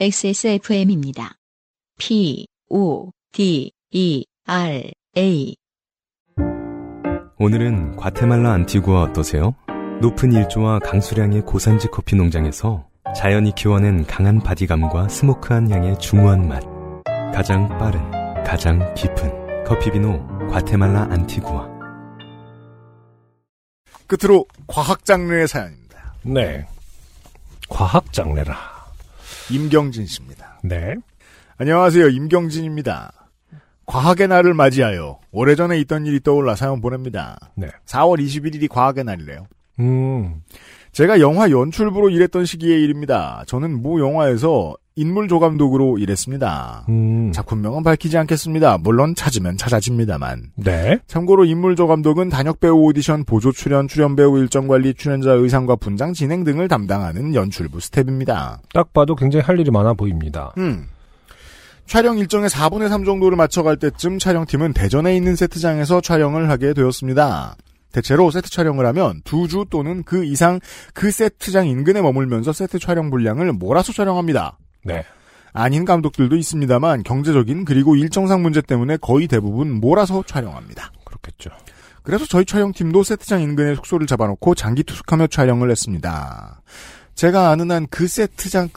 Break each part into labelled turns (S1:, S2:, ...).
S1: XSFM입니다. P, O, D, E, R, A.
S2: 오늘은 과테말라 안티구아 어떠세요? 높은 일조와 강수량의 고산지 커피 농장에서 자연이 키워낸 강한 바디감과 스모크한 향의 중후한 맛. 가장 빠른, 가장 깊은 커피비노 과테말라 안티구아.
S3: 끝으로 과학 장르의 사연입니다.
S4: 네. 과학 장르라.
S3: 임경진 씨입니다.
S4: 네.
S3: 안녕하세요. 임경진입니다. 과학의 날을 맞이하여 오래전에 있던 일이 떠올라 사연 보냅니다.
S4: 네.
S3: 4월 21일이 과학의 날이래요.
S4: 음.
S3: 제가 영화 연출부로 일했던 시기의 일입니다. 저는 모 영화에서 인물 조감독으로 일했습니다.
S4: 음.
S3: 작품명은 밝히지 않겠습니다. 물론 찾으면 찾아집니다만.
S4: 네.
S3: 참고로 인물조 감독은 단역배우 오디션, 보조 출연, 출연배우 일정 관리, 출연자 의상과 분장 진행 등을 담당하는 연출부 스텝입니다.
S4: 딱 봐도 굉장히 할 일이 많아 보입니다.
S3: 음. 촬영 일정의 4분의 3 정도를 맞춰갈 때쯤 촬영팀은 대전에 있는 세트장에서 촬영을 하게 되었습니다. 대체로 세트 촬영을 하면 두 주 또는 그 이상 그 세트장 인근에 머물면서 세트 촬영 분량을 몰아서 촬영합니다.
S4: 네.
S3: 아닌 감독들도 있습니다만 경제적인 그리고 일정상 문제 때문에 거의 대부분 몰아서 촬영합니다.
S4: 그렇겠죠.
S3: 그래서 저희 촬영팀도 세트장 인근에 숙소를 잡아놓고 장기 투숙하며 촬영을 했습니다. 제가 아는 한 그 세트장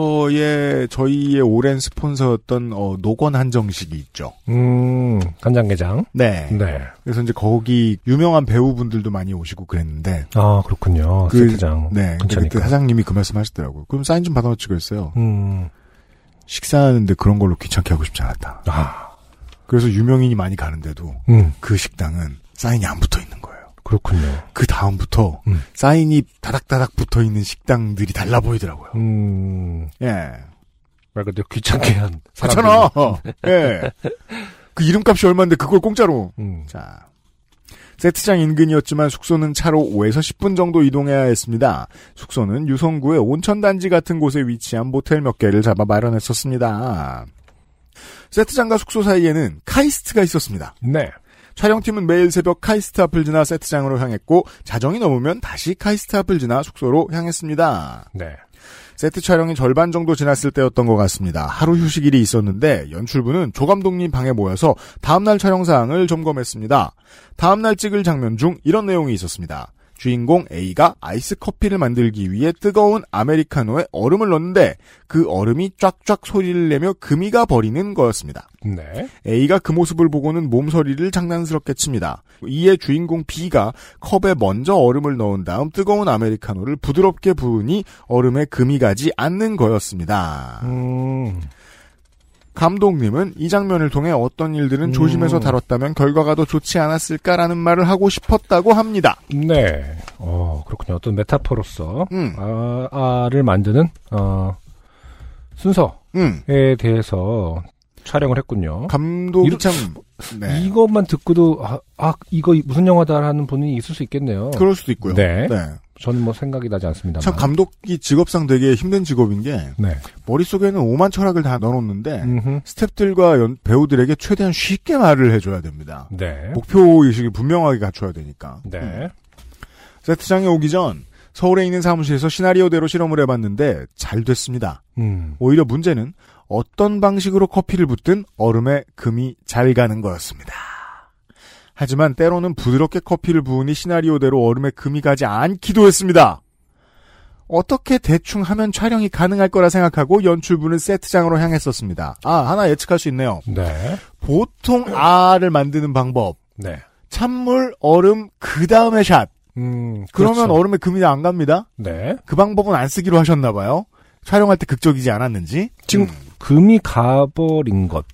S3: 근처에 저희의 오랜 스폰서였던 어, 노건 한정식이 있죠.
S4: 음. 간장게장.
S3: 네.
S4: 네.
S3: 그래서 이제 거기 유명한 배우분들도 많이 오시고 그랬는데
S4: 아, 그렇군요.
S3: 그-
S4: 세트장.
S3: 네. 근데 그때
S4: 괜찮으니까.
S3: 사장님이 그 말씀하시더라고요. 그럼 사인 좀 받아놓치고 했어요.
S4: 음.
S3: 식사하는데 그런 걸로 귀찮게 하고 싶지 않았다.
S4: 아.
S3: 그래서 유명인이 많이 가는데도
S4: 음.
S3: 그 식당은 사인이 안 붙어 있는 거예요.
S4: 그렇군요.
S3: 그 다음부터
S4: 음.
S3: 사인이 다닥다닥 붙어 있는 식당들이 달라 보이더라고요.
S4: 음.
S3: 예.
S4: 말 그대로 귀찮게 한 사람.
S3: 그렇잖아. 예. 그 이름값이 얼마인데 그걸 공짜로.
S4: 음.
S3: 자. 세트장 인근이었지만 숙소는 차로 5에서 10분 정도 이동해야 했습니다. 숙소는 유성구의 온천단지 같은 곳에 위치한 모텔 몇 개를 잡아 마련했었습니다. 세트장과 숙소 사이에는 카이스트가 있었습니다.
S4: 네.
S3: 촬영팀은 매일 새벽 카이스트 앞을 지나 세트장으로 향했고 자정이 넘으면 다시 카이스트 앞을 지나 숙소로 향했습니다.
S4: 네.
S3: 세트 촬영이 절반 정도 지났을 때였던 것 같습니다. 하루 휴식일이 있었는데 연출부는 조 감독님 방에 모여서 다음날 촬영 사항을 점검했습니다. 다음날 찍을 장면 중 이런 내용이 있었습니다. 주인공 A가 아이스 커피를 만들기 위해 뜨거운 아메리카노에 얼음을 넣는데 그 얼음이 쫙쫙 소리를 내며 금이가 버리는 거였습니다.
S4: 네.
S3: A가 그 모습을 보고는 몸서리를 장난스럽게 칩니다. 이에 주인공 B가 컵에 먼저 얼음을 넣은 다음 뜨거운 아메리카노를 부드럽게 부으니 얼음에 금이 가지 않는 거였습니다.
S4: 음.
S3: 감독님은 이 장면을 통해 어떤 일들은
S4: 음.
S3: 조심해서 다뤘다면 결과가 더 좋지 않았을까라는 말을 하고 싶었다고 합니다.
S4: 네. 어, 그렇군요. 어떤 메타포로서
S3: 음,
S4: 아, 아를 만드는 어 순서에
S3: 음.
S4: 대해서 촬영을 했군요.
S3: 감독이
S4: 이런-
S3: 참, 네.
S4: 이것만 듣고도 아, 아, 이거 무슨 영화다라는 분이 있을 수 있겠네요.
S3: 그럴 수도 있고요.
S4: 네.
S3: 네.
S4: 저는 뭐 생각이 나지 않습니다만.
S3: 참 감독이 직업상 되게 힘든 직업인 게
S4: 네.
S3: 머릿속에는 오만 철학을 다 넣어놓는데
S4: 음흠.
S3: 스탭들과 연- 배우들에게 최대한 쉽게 말을 해줘야 됩니다.
S4: 네.
S3: 목표 의식을 분명하게 갖춰야 되니까. 음.
S4: 네.
S3: 세트장에 오기 전 서울에 있는 사무실에서 시나리오대로 실험을 해봤는데 잘 됐습니다.
S4: 음.
S3: 오히려 문제는 어떤 방식으로 커피를 붓든 얼음에 금이 잘 가는 거였습니다. 하지만 때로는 부드럽게 커피를 부으니 시나리오대로 얼음에 금이 가지 않기도 했습니다. 어떻게 대충 하면 촬영이 가능할 거라 생각하고 연출부는 세트장으로 향했었습니다. 아, 하나 예측할 수 있네요.
S4: 네.
S3: 보통 아를 만드는 방법.
S4: 네.
S3: 찬물, 얼음, 그 다음에 샷.
S4: 음.
S3: 그러면 어-
S4: 그렇죠.
S3: 얼음에 금이 안 갑니다.
S4: 네.
S3: 그 방법은 안 쓰기로 하셨나봐요. 촬영할 때 극적이지 않았는지.
S4: 지금 음. 금이 가버린 것.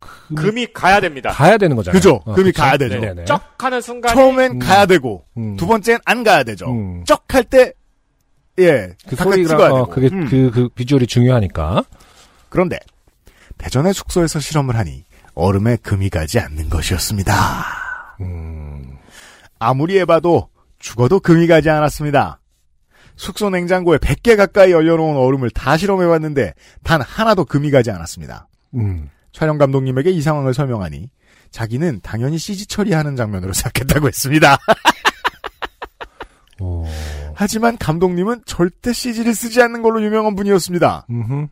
S4: 금이
S5: 금이 가야 됩니다.
S4: 가야 되는 거잖아요.
S3: 그죠?
S4: 어,
S3: 금이
S4: 그렇죠?
S3: 가야 되죠.
S4: 네네.
S5: 쩍 하는 순간에
S3: 처음엔
S4: 음.
S3: 가야 되고,
S4: 음.
S3: 두 번째는 안 가야 되죠.
S4: 음.
S3: 쩍 할 때, 예,
S4: 그
S3: 가까이
S4: 소리랑
S3: 찍어야
S4: 어,
S3: 되고.
S4: 그게
S3: 음.
S4: 그, 그 비주얼이 중요하니까.
S3: 그런데 대전의 숙소에서 실험을 하니 얼음에 금이 가지 않는 것이었습니다.
S4: 음.
S3: 아무리 해봐도 죽어도 금이 가지 않았습니다. 숙소 냉장고에 100개 가까이 얼려놓은 얼음을 다 실험해봤는데 단 하나도 금이 가지 않았습니다.
S4: 음.
S3: 촬영 감독님에게 이 상황을 설명하니 자기는
S4: 어.
S3: 당연히 CG 처리하는 장면으로 생각했다고 했습니다.
S4: 오.
S3: 하지만 감독님은 절대 CG를 쓰지 않는 걸로 유명한 분이었습니다.
S4: 음흠.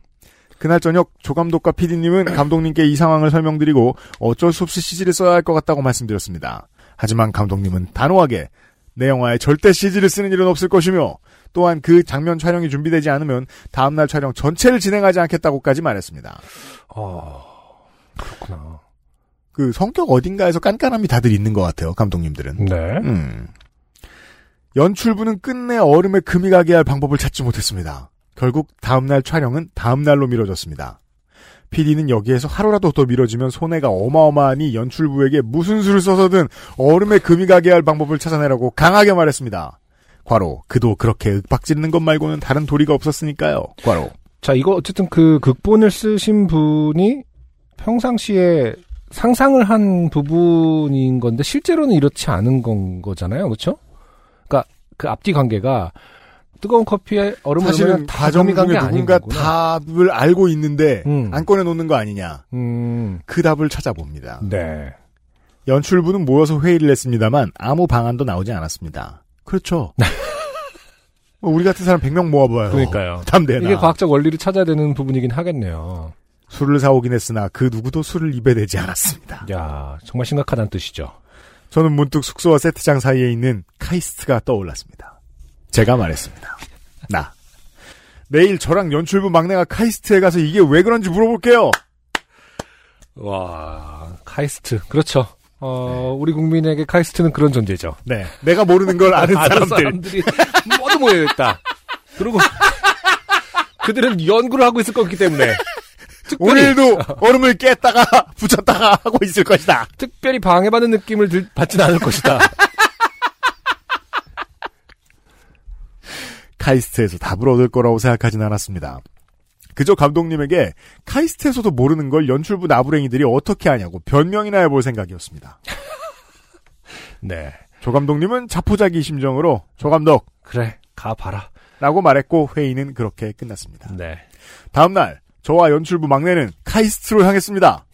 S3: 그날 저녁 조감독과 PD님은 감독님께 이 상황을 설명드리고 어쩔 수 없이 CG를 써야 할 것 같다고 말씀드렸습니다. 하지만 감독님은 단호하게 내 영화에 절대 CG를 쓰는 일은 없을 것이며 또한 그 장면 촬영이 준비되지 않으면 다음날 촬영 전체를 진행하지 않겠다고까지 말했습니다.
S4: 아, 그렇구나.
S3: 그 성격 어딘가에서 깐깐함이 다들 있는 것 같아요, 감독님들은.
S4: 네.
S3: 음. 연출부는 끝내 얼음에 금이 가게 할 방법을 찾지 못했습니다. 결국 다음날 촬영은 다음날로 미뤄졌습니다. PD는 여기에서 하루라도 더 미뤄지면 손해가 어마어마하니 연출부에게 무슨 수를 써서든 얼음에 금이 가게 할 방법을 찾아내라고 강하게 말했습니다. 과로, 그도 그렇게 윽박지르는 것 말고는 다른 도리가 없었으니까요. 과로.
S4: 자, 이거 어쨌든 그 극본을 쓰신 분이 평상시에 상상을 한 부분인 건데 실제로는 이렇지 않은 건 거잖아요. 그렇죠? 그러니까 그 앞뒤 관계가 뜨거운 커피에 얼음을
S3: 사실은
S4: 넣으면 다
S3: 가정
S4: 금이
S3: 중에
S4: 간게 아닌
S3: 누군가
S4: 거구나.
S3: 답을 알고 있는데
S4: 음.
S3: 안 꺼내놓는 거 아니냐.
S4: 음.
S3: 그 답을 찾아봅니다.
S4: 네.
S3: 연출부는 모여서 회의를 했습니다만 아무 방안도 나오지 않았습니다. 그렇죠. 뭐 우리 같은 사람 100명 모아봐요.
S4: 그러니까요.
S3: 담대나.
S4: 이게 과학적 원리를 찾아야 되는 부분이긴 하겠네요.
S3: 술을 사오긴 했으나 그 누구도 술을 입에 대지 않았습니다.
S4: 야, 정말 심각하다는 뜻이죠.
S3: 저는 문득 숙소와 세트장 사이에 있는 카이스트가 떠올랐습니다. 제가 말했습니다. 나. 내일 저랑 연출부 막내가 카이스트에 가서 이게 왜 그런지 물어볼게요.
S4: 와, 카이스트. 그렇죠. 어, 우리 국민에게 카이스트는 그런 존재죠.
S3: 네. 내가 모르는 걸 아는
S4: 다른
S3: 사람들.
S4: 사람들이 모두 모여 있다. 그리고 그들은 연구를 하고 있을 거기 때문에 특별히
S3: 오늘도 얼음을 깼다가 붙였다가 하고 있을 것이다.
S4: 특별히 방해받는 느낌을 들, 받진 않을 것이다.
S3: 카이스트에서 답을 얻을 거라고 생각하진 않았습니다. 그저 감독님에게 카이스트에서도 모르는 걸 연출부 나부랭이들이 어떻게 하냐고 변명이나 해볼 생각이었습니다.
S4: 네,
S3: 조 감독님은 자포자기 심정으로 조 감독
S4: 그래 가 봐라.
S3: 라고 말했고 회의는 그렇게 끝났습니다.
S4: 네,
S3: 다음날 저와 연출부 막내는 카이스트로 향했습니다.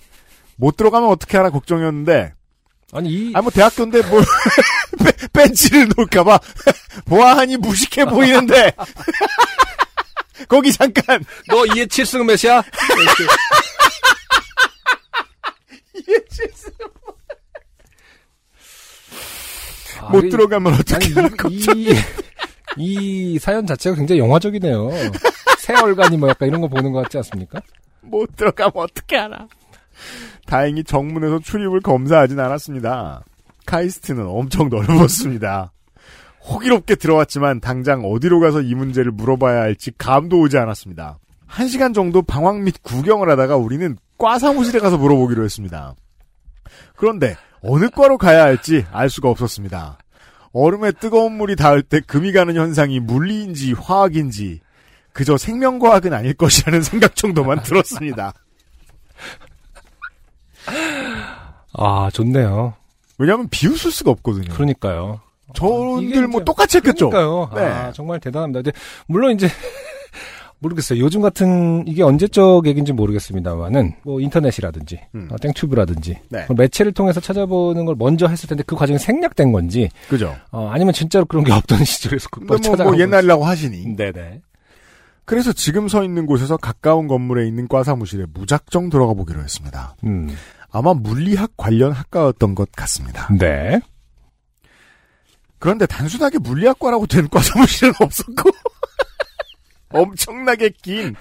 S3: 못 들어가면 어떻게 하나 걱정이었는데
S4: 아니 이
S3: 아 뭐 대학교인데 뭘 벤- 벤치를 놓을까봐 보아하니 무식해 보이는데 거기 잠깐
S4: 너 이에 칠승 몇이야? 아,
S3: 못
S4: 이-
S3: 들어가면 어떻게
S4: 아니
S3: 하나
S4: 이, 이, 이 사연 자체가 굉장히 영화적이네요. 세월간이 뭐 약간 이런 거 보는 것 같지 않습니까?
S3: 못 들어가면 어떻게 알아? 다행히 정문에서 출입을 검사하진 않았습니다. 카이스트는 엄청 넓었습니다. 호기롭게 들어왔지만 당장 어디로 가서 이 문제를 물어봐야 할지 감도 오지 않았습니다. 한 시간 정도 방황 및 구경을 하다가 우리는 과 사무실에 가서 물어보기로 했습니다. 그런데 어느 과로 가야 할지 알 수가 없었습니다. 얼음에 뜨거운 물이 닿을 때 금이 가는 현상이 물리인지 화학인지 그저 생명과학은 아닐 것이라는 생각 정도만 들었습니다.
S4: 아 좋네요.
S3: 왜냐하면 비웃을 수가 없거든요.
S4: 그러니까요. 이게
S3: 저분들 뭐
S4: 이제-
S3: 똑같이 했겠죠.
S4: 그러니까요.
S3: 네.
S4: 아, 정말 대단합니다. 이제 물론 이제 모르겠어요. 요즘 같은 이게 언제적 얘기인지 모르겠습니다만은 뭐 인터넷이라든지
S3: 음.
S4: 어, 땡튜브라든지
S3: 네.
S4: 그런 매체를 통해서 찾아보는 걸 먼저 했을 텐데 그 과정이 생략된 건지
S3: 그죠.
S4: 어, 아니면 진짜로 그런 게 없던 시절에서
S3: 근데
S4: 극복
S3: 뭐,
S4: 찾아가고 음.
S3: 뭐 옛날이라고 하시니.
S4: 네네.
S3: 그래서 지금 서 있는 곳에서 가까운 건물에 있는 과 사무실에 무작정 들어가 보기로 했습니다.
S4: 음.
S3: 아마 물리학 관련 학과였던 것 같습니다.
S4: 네.
S3: 그런데 단순하게 물리학과라고 된 과 사무실은 없었고 엄청나게 긴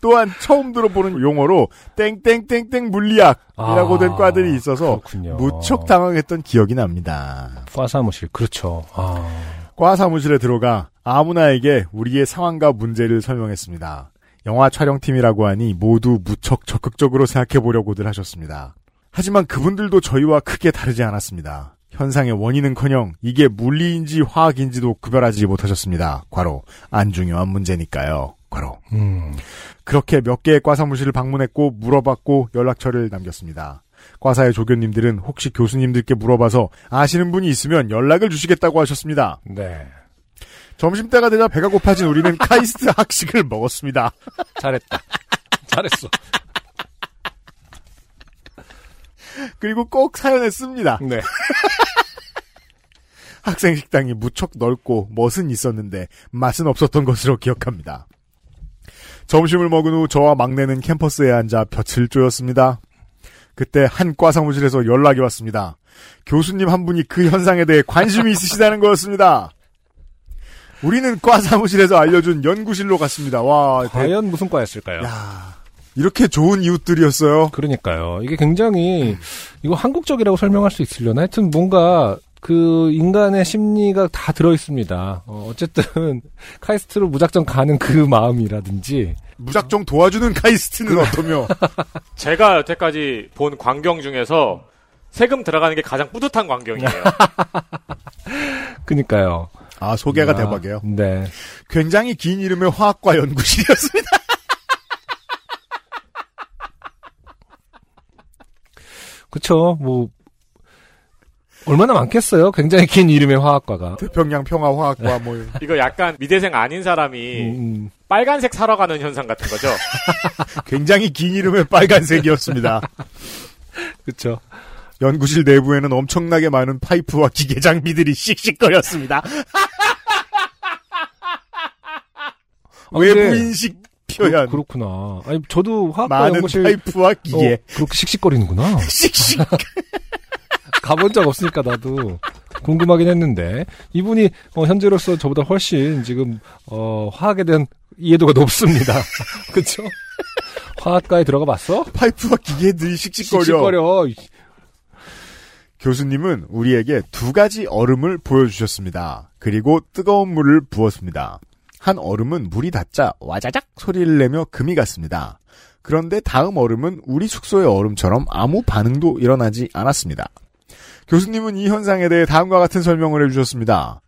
S3: 또한 처음 들어보는 용어로 땡땡땡땡 물리학이라고
S4: 아,
S3: 된 과들이 있어서
S4: 그렇군요.
S3: 무척 당황했던 기억이 납니다.
S4: 과사무실 그렇죠. 아.
S3: 과 사무실에 들어가 아무나에게 우리의 상황과 문제를 설명했습니다. 영화 촬영팀이라고 하니 모두 무척 적극적으로 생각해 보려고들 하셨습니다. 하지만 그분들도 저희와 크게 다르지 않았습니다. 현상의 원인은커녕 이게 물리인지 화학인지도 구별하지 못하셨습니다. 과로 안 중요한 문제니까요. 과로
S4: 음.
S3: 그렇게 몇 개의 과 사무실을 방문했고 물어봤고 연락처를 남겼습니다. 과사의 조교님들은 혹시 교수님들께 물어봐서 아시는 분이 있으면 연락을 주시겠다고 하셨습니다.
S4: 네.
S3: 점심때가 되자 배가 고파진 우리는 카이스트 학식을 먹었습니다.
S4: 잘했다. 잘했어.
S3: 그리고 꼭 사연에 씁니다.
S4: 네.
S3: 학생 식당이 무척 넓고 멋은 있었는데 맛은 없었던 것으로 기억합니다. 점심을 먹은 후 저와 막내는 캠퍼스에 앉아 볕을 쪼였습니다. 그때 한 과 사무실에서 연락이 왔습니다. 교수님 한 분이 그 현상에 대해 관심이 있으시다는 거였습니다. 우리는 과 사무실에서 알려준 연구실로 갔습니다. 와, 대-
S4: 과연 무슨 과였을까요?
S3: 야, 이렇게 좋은 이웃들이었어요.
S4: 그러니까요. 이게 굉장히 이거 한국적이라고 설명할 수 있으려나? 하여튼 뭔가 그 인간의 심리가 다 들어 있습니다. 어, 어쨌든 카이스트로 무작정 가는 그 마음이라든지
S3: 무작정 도와주는 카이스트는 어떠며?
S5: 제가 여태까지 본 광경 중에서 세금 들어가는 게 가장 뿌듯한 광경이에요.
S4: 그니까요.
S3: 아, 소개가
S4: 아,
S3: 대박이에요.
S4: 네.
S3: 굉장히 긴 이름의 화학과 연구실이었습니다.
S4: 그쵸. 뭐 얼마나 많겠어요. 굉장히 긴 이름의 화학과가.
S3: 태평양 평화화학과 뭐
S5: 이거 약간 미대생 아닌 사람이
S4: 음,
S5: 빨간색 사러 가는 현상 같은 거죠.
S3: 굉장히 긴 이름의 빨간색이었습니다.
S4: 그쵸.
S3: 연구실 내부에는 엄청나게 많은 파이프와 기계 장비들이 씩씩거렸습니다.
S4: 아, 근데
S3: 외부인식 표현.
S4: 그, 렇구나 아니 저도 화학과
S3: 많은 예.
S4: 연구실
S3: 파이프와
S4: 어,
S3: 기계.
S4: 그렇게 씩씩거리는구나.
S3: 씩씩.
S4: 가본 적 없으니까 나도 궁금하긴 했는데 이분이 어, 현재로서 저보다 훨씬 지금 어, 화학에 대한 이해도가 높습니다. 그렇죠? 화학과에 들어가 봤어?
S3: 파이프와 기계들이 씩씩거려.
S4: 씩씩거려.
S3: 교수님은 우리에게 두 가지 얼음을 보여주셨습니다. 그리고 뜨거운 물을 부었습니다. 한 얼음은 물이 닿자 와자작 소리를 내며 금이 갔습니다. 그런데 다음 얼음은 우리 숙소의 얼음처럼 아무 반응도 일어나지 않았습니다. 교수님은 이 현상에 대해 다음과 같은 설명을 해주셨습니다.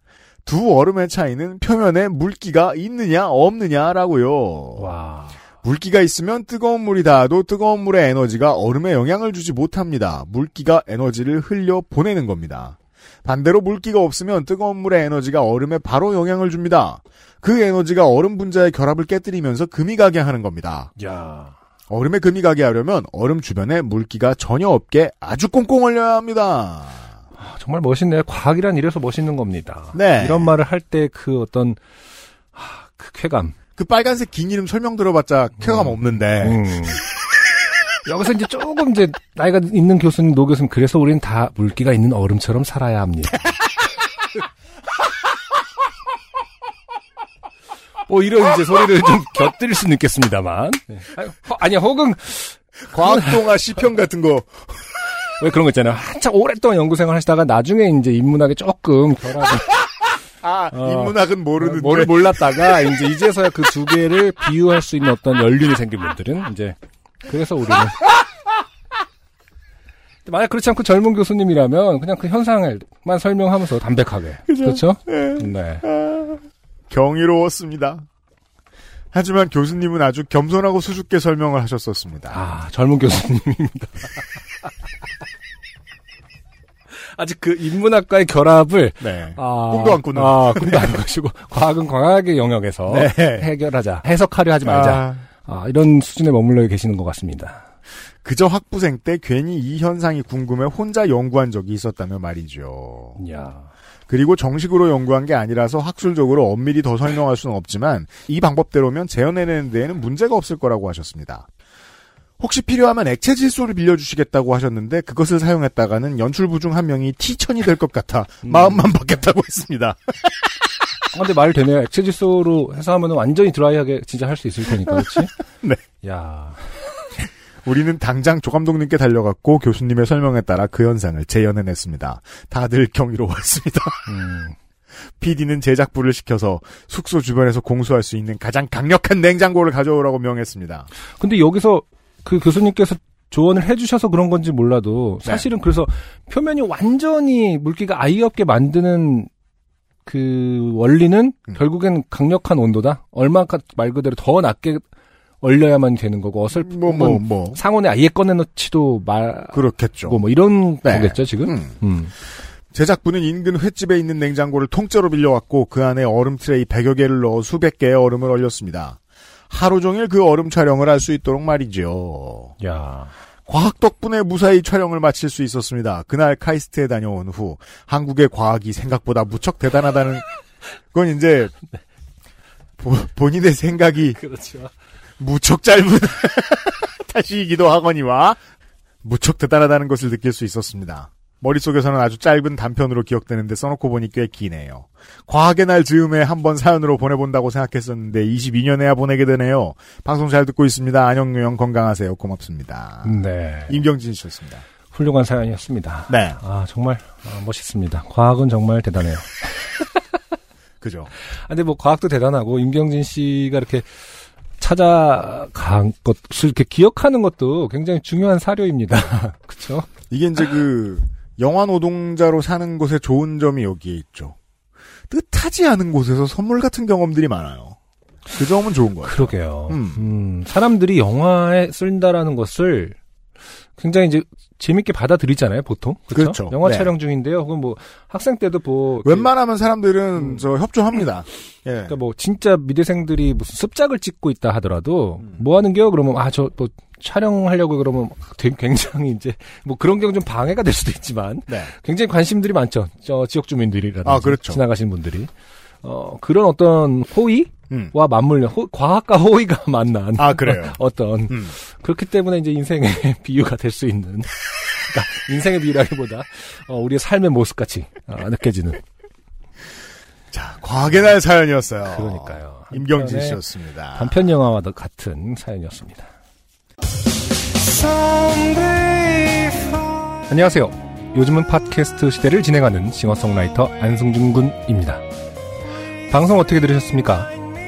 S3: 두 얼음의 차이는 표면에 물기가 있느냐 없느냐라고요.
S4: 와.
S3: 물기가 있으면 뜨거운 물이 닿아도 뜨거운 물의 에너지가 얼음에 영향을 주지 못합니다. 물기가 에너지를 흘려 보내는 겁니다. 반대로 물기가 없으면 뜨거운 물의 에너지가 얼음에 바로 영향을 줍니다. 그 에너지가 얼음 분자의 결합을 깨뜨리면서 금이 가게 하는 겁니다.
S4: 야.
S3: 얼음에 금이 가게 하려면 얼음 주변에 물기가 전혀 없게 아주 꽁꽁 얼려야 합니다.
S4: 아, 정말 멋있네요. 과학이란 이래서 멋있는 겁니다.
S3: 네.
S4: 이런 말을 할 때 그 어떤 하, 그 쾌감.
S3: 그 빨간색 긴 이름 설명 들어봤자 쾌감 없는데.
S4: 음. 여기서 이제 조금 이제 나이가 있는 교수님, 노 교수님 그래서 우리는 다 물기가 있는 얼음처럼 살아야 합니다. 뭐 이런 이제 소리를 좀 곁들일 수는 있겠습니다만 네. 아니, 허- 아니 혹은
S3: 과학동화 시편 같은 거.
S4: 왜 그런 거 있잖아요 한참 오랫동안 연구생활 하시다가 나중에 이제 인문학에 조금 결합을
S3: 아,
S4: 어.
S3: 인문학은 모르는데.
S4: 뭐를 몰랐다가 이제 이제서야 그 두 개를 비유할 수 있는 어떤 연륜이 생긴 분들은 이제 그래서 우리는 근데 만약 그렇지 않고 젊은 교수님이라면 그냥 그 현상을만 설명하면서 담백하게 그렇죠?
S3: 예.
S4: 네.
S3: 경이로웠습니다. 하지만 교수님은 아주 겸손하고 수줍게 설명을 하셨었습니다.
S4: 아 젊은 교수님입니다. 아직 그 인문학과의 결합을
S3: 네.
S4: 아,
S3: 꿈도 안 꾸는.
S4: 아, 꿈도 안 꾸시고 과학은 과학의 영역에서
S3: 네.
S4: 해결하자 해석하려 하지 말자
S3: 아,
S4: 아, 이런 수준에 머물러 계시는 것 같습니다.
S3: 그저 학부생 때 괜히 이 현상이 궁금해 혼자 연구한 적이 있었다며 말이죠.
S4: 야.
S3: 그리고 정식으로 연구한 게 아니라서 학술적으로 엄밀히 더 설명할 수는 없지만 이 방법대로면 재현해내는 데에는 문제가 없을 거라고 하셨습니다. 혹시 필요하면 액체 질소를 빌려주시겠다고 하셨는데 그것을 사용했다가는 연출부 중 한 명이 티천이 될 것 같아 마음만 바뀌었다고 했습니다.
S4: 아, 근데 말 되네요. 액체 질소로 해서 하면 완전히 드라이하게 진짜 할 수 있을 테니까, 그렇지?
S3: 네.
S4: 야.
S3: 우리는 당장 조 감독님께 달려갔고 교수님의 설명에 따라 그 현상을 재현해냈습니다. 다들 경이로웠습니다.
S4: 음.
S3: PD는 제작부를 시켜서 숙소 주변에서 공수할 수 있는 가장 강력한 냉장고를 가져오라고 명했습니다.
S4: 근데 여기서 그 교수님께서 조언을 해주셔서 그런 건지 몰라도
S3: 네.
S4: 사실은 그래서 표면이 완전히 물기가 아예 없게 만드는 그 원리는
S3: 음.
S4: 결국엔 강력한 온도다. 얼마까 말 그대로 더 낮게 얼려야만 되는 거고 어설픈
S3: 뭐 뭐 뭐
S4: 상온에 아예 꺼내놓지도 말고
S3: 그렇겠죠.
S4: 뭐 이런
S3: 네.
S4: 거겠죠 지금.
S3: 음.
S4: 음.
S3: 제작부는 인근 횟집에 있는 냉장고를 통째로 빌려왔고 그 안에 얼음 트레이 100여 개를 넣어 수백 개의 얼음을 얼렸습니다. 하루 종일 그 얼음 촬영을 할 수 있도록 말이죠.
S4: 야.
S3: 과학 덕분에 무사히 촬영을 마칠 수 있었습니다. 그날 카이스트에 다녀온 후 한국의 과학이 생각보다 무척 대단하다는 그건 이제 보- 본인의 생각이
S4: 그렇죠.
S3: 무척 짧은 다시이기도 하거니와 무척 대단하다는 것을 느낄 수 있었습니다. 머릿속에서는 아주 짧은 단편으로 기억되는데 써놓고 보니 꽤 기네요. 과학의 날 즈음에 한번 사연으로 보내본다고 생각했었는데 22년에야 보내게 되네요. 방송 잘 듣고 있습니다. 안녕 유영 건강하세요. 고맙습니다.
S4: 네.
S3: 임경진 씨였습니다.
S4: 훌륭한 사연이었습니다.
S3: 네,
S4: 아, 정말 아, 멋있습니다. 과학은 정말 대단해요.
S3: 그죠.
S4: 아, 근데 뭐 과학도 대단하고 임경진 씨가 이렇게 찾아간 것을 이렇게 기억하는 것도 굉장히 중요한 사료입니다. 그렇죠?
S3: 이게 이제 그 영화 노동자로 사는 곳의 좋은 점이 여기에 있죠. 뜻하지 않은 곳에서 선물 같은 경험들이 많아요. 그 점은 좋은 거예요.
S4: 그러게요.
S3: 음.
S4: 음. 사람들이 영화에 쓴다라는 것을 굉장히 이제 재밌게 받아들이잖아요, 보통. 그쵸?
S3: 그렇죠.
S4: 영화
S3: 네.
S4: 촬영 중인데요. 혹은 뭐 학생 때도 뭐 이렇게
S3: 웬만하면 사람들은
S4: 음.
S3: 저 협조합니다. 예.
S4: 그러니까 뭐 진짜 미대생들이 무슨 습작을 찍고 있다 하더라도
S3: 음.
S4: 뭐 하는겨? 그러면 아 저 뭐 촬영하려고 그러면 되게 굉장히 이제 뭐 그런 경우 좀 방해가 될 수도 있지만
S3: 네.
S4: 굉장히 관심들이 많죠. 저 지역 주민들이라든지
S3: 아, 그렇죠.
S4: 지나가신 분들이 어 그런 어떤 호의와
S3: 음.
S4: 맞물려 호- 과학과 호의가 만난
S3: 아 그래요.
S4: 어떤
S3: 음.
S4: 그렇기 때문에 이제 인생의 비유가 될 수 있는 그러니까 인생의 비유라기보다 어, 우리의 삶의 모습 같이 아, 느껴지는
S3: 자, 과학의 날 사연이었어요.
S4: 그러니까요. 네.
S3: 임경진
S4: 한편의
S3: 씨였습니다.
S4: 단편 영화와 같은 사연이었습니다. 안녕하세요. 요즘은 팟캐스트 시대를 진행하는 싱어송라이터 안승준 군입니다. 방송 어떻게 들으셨습니까?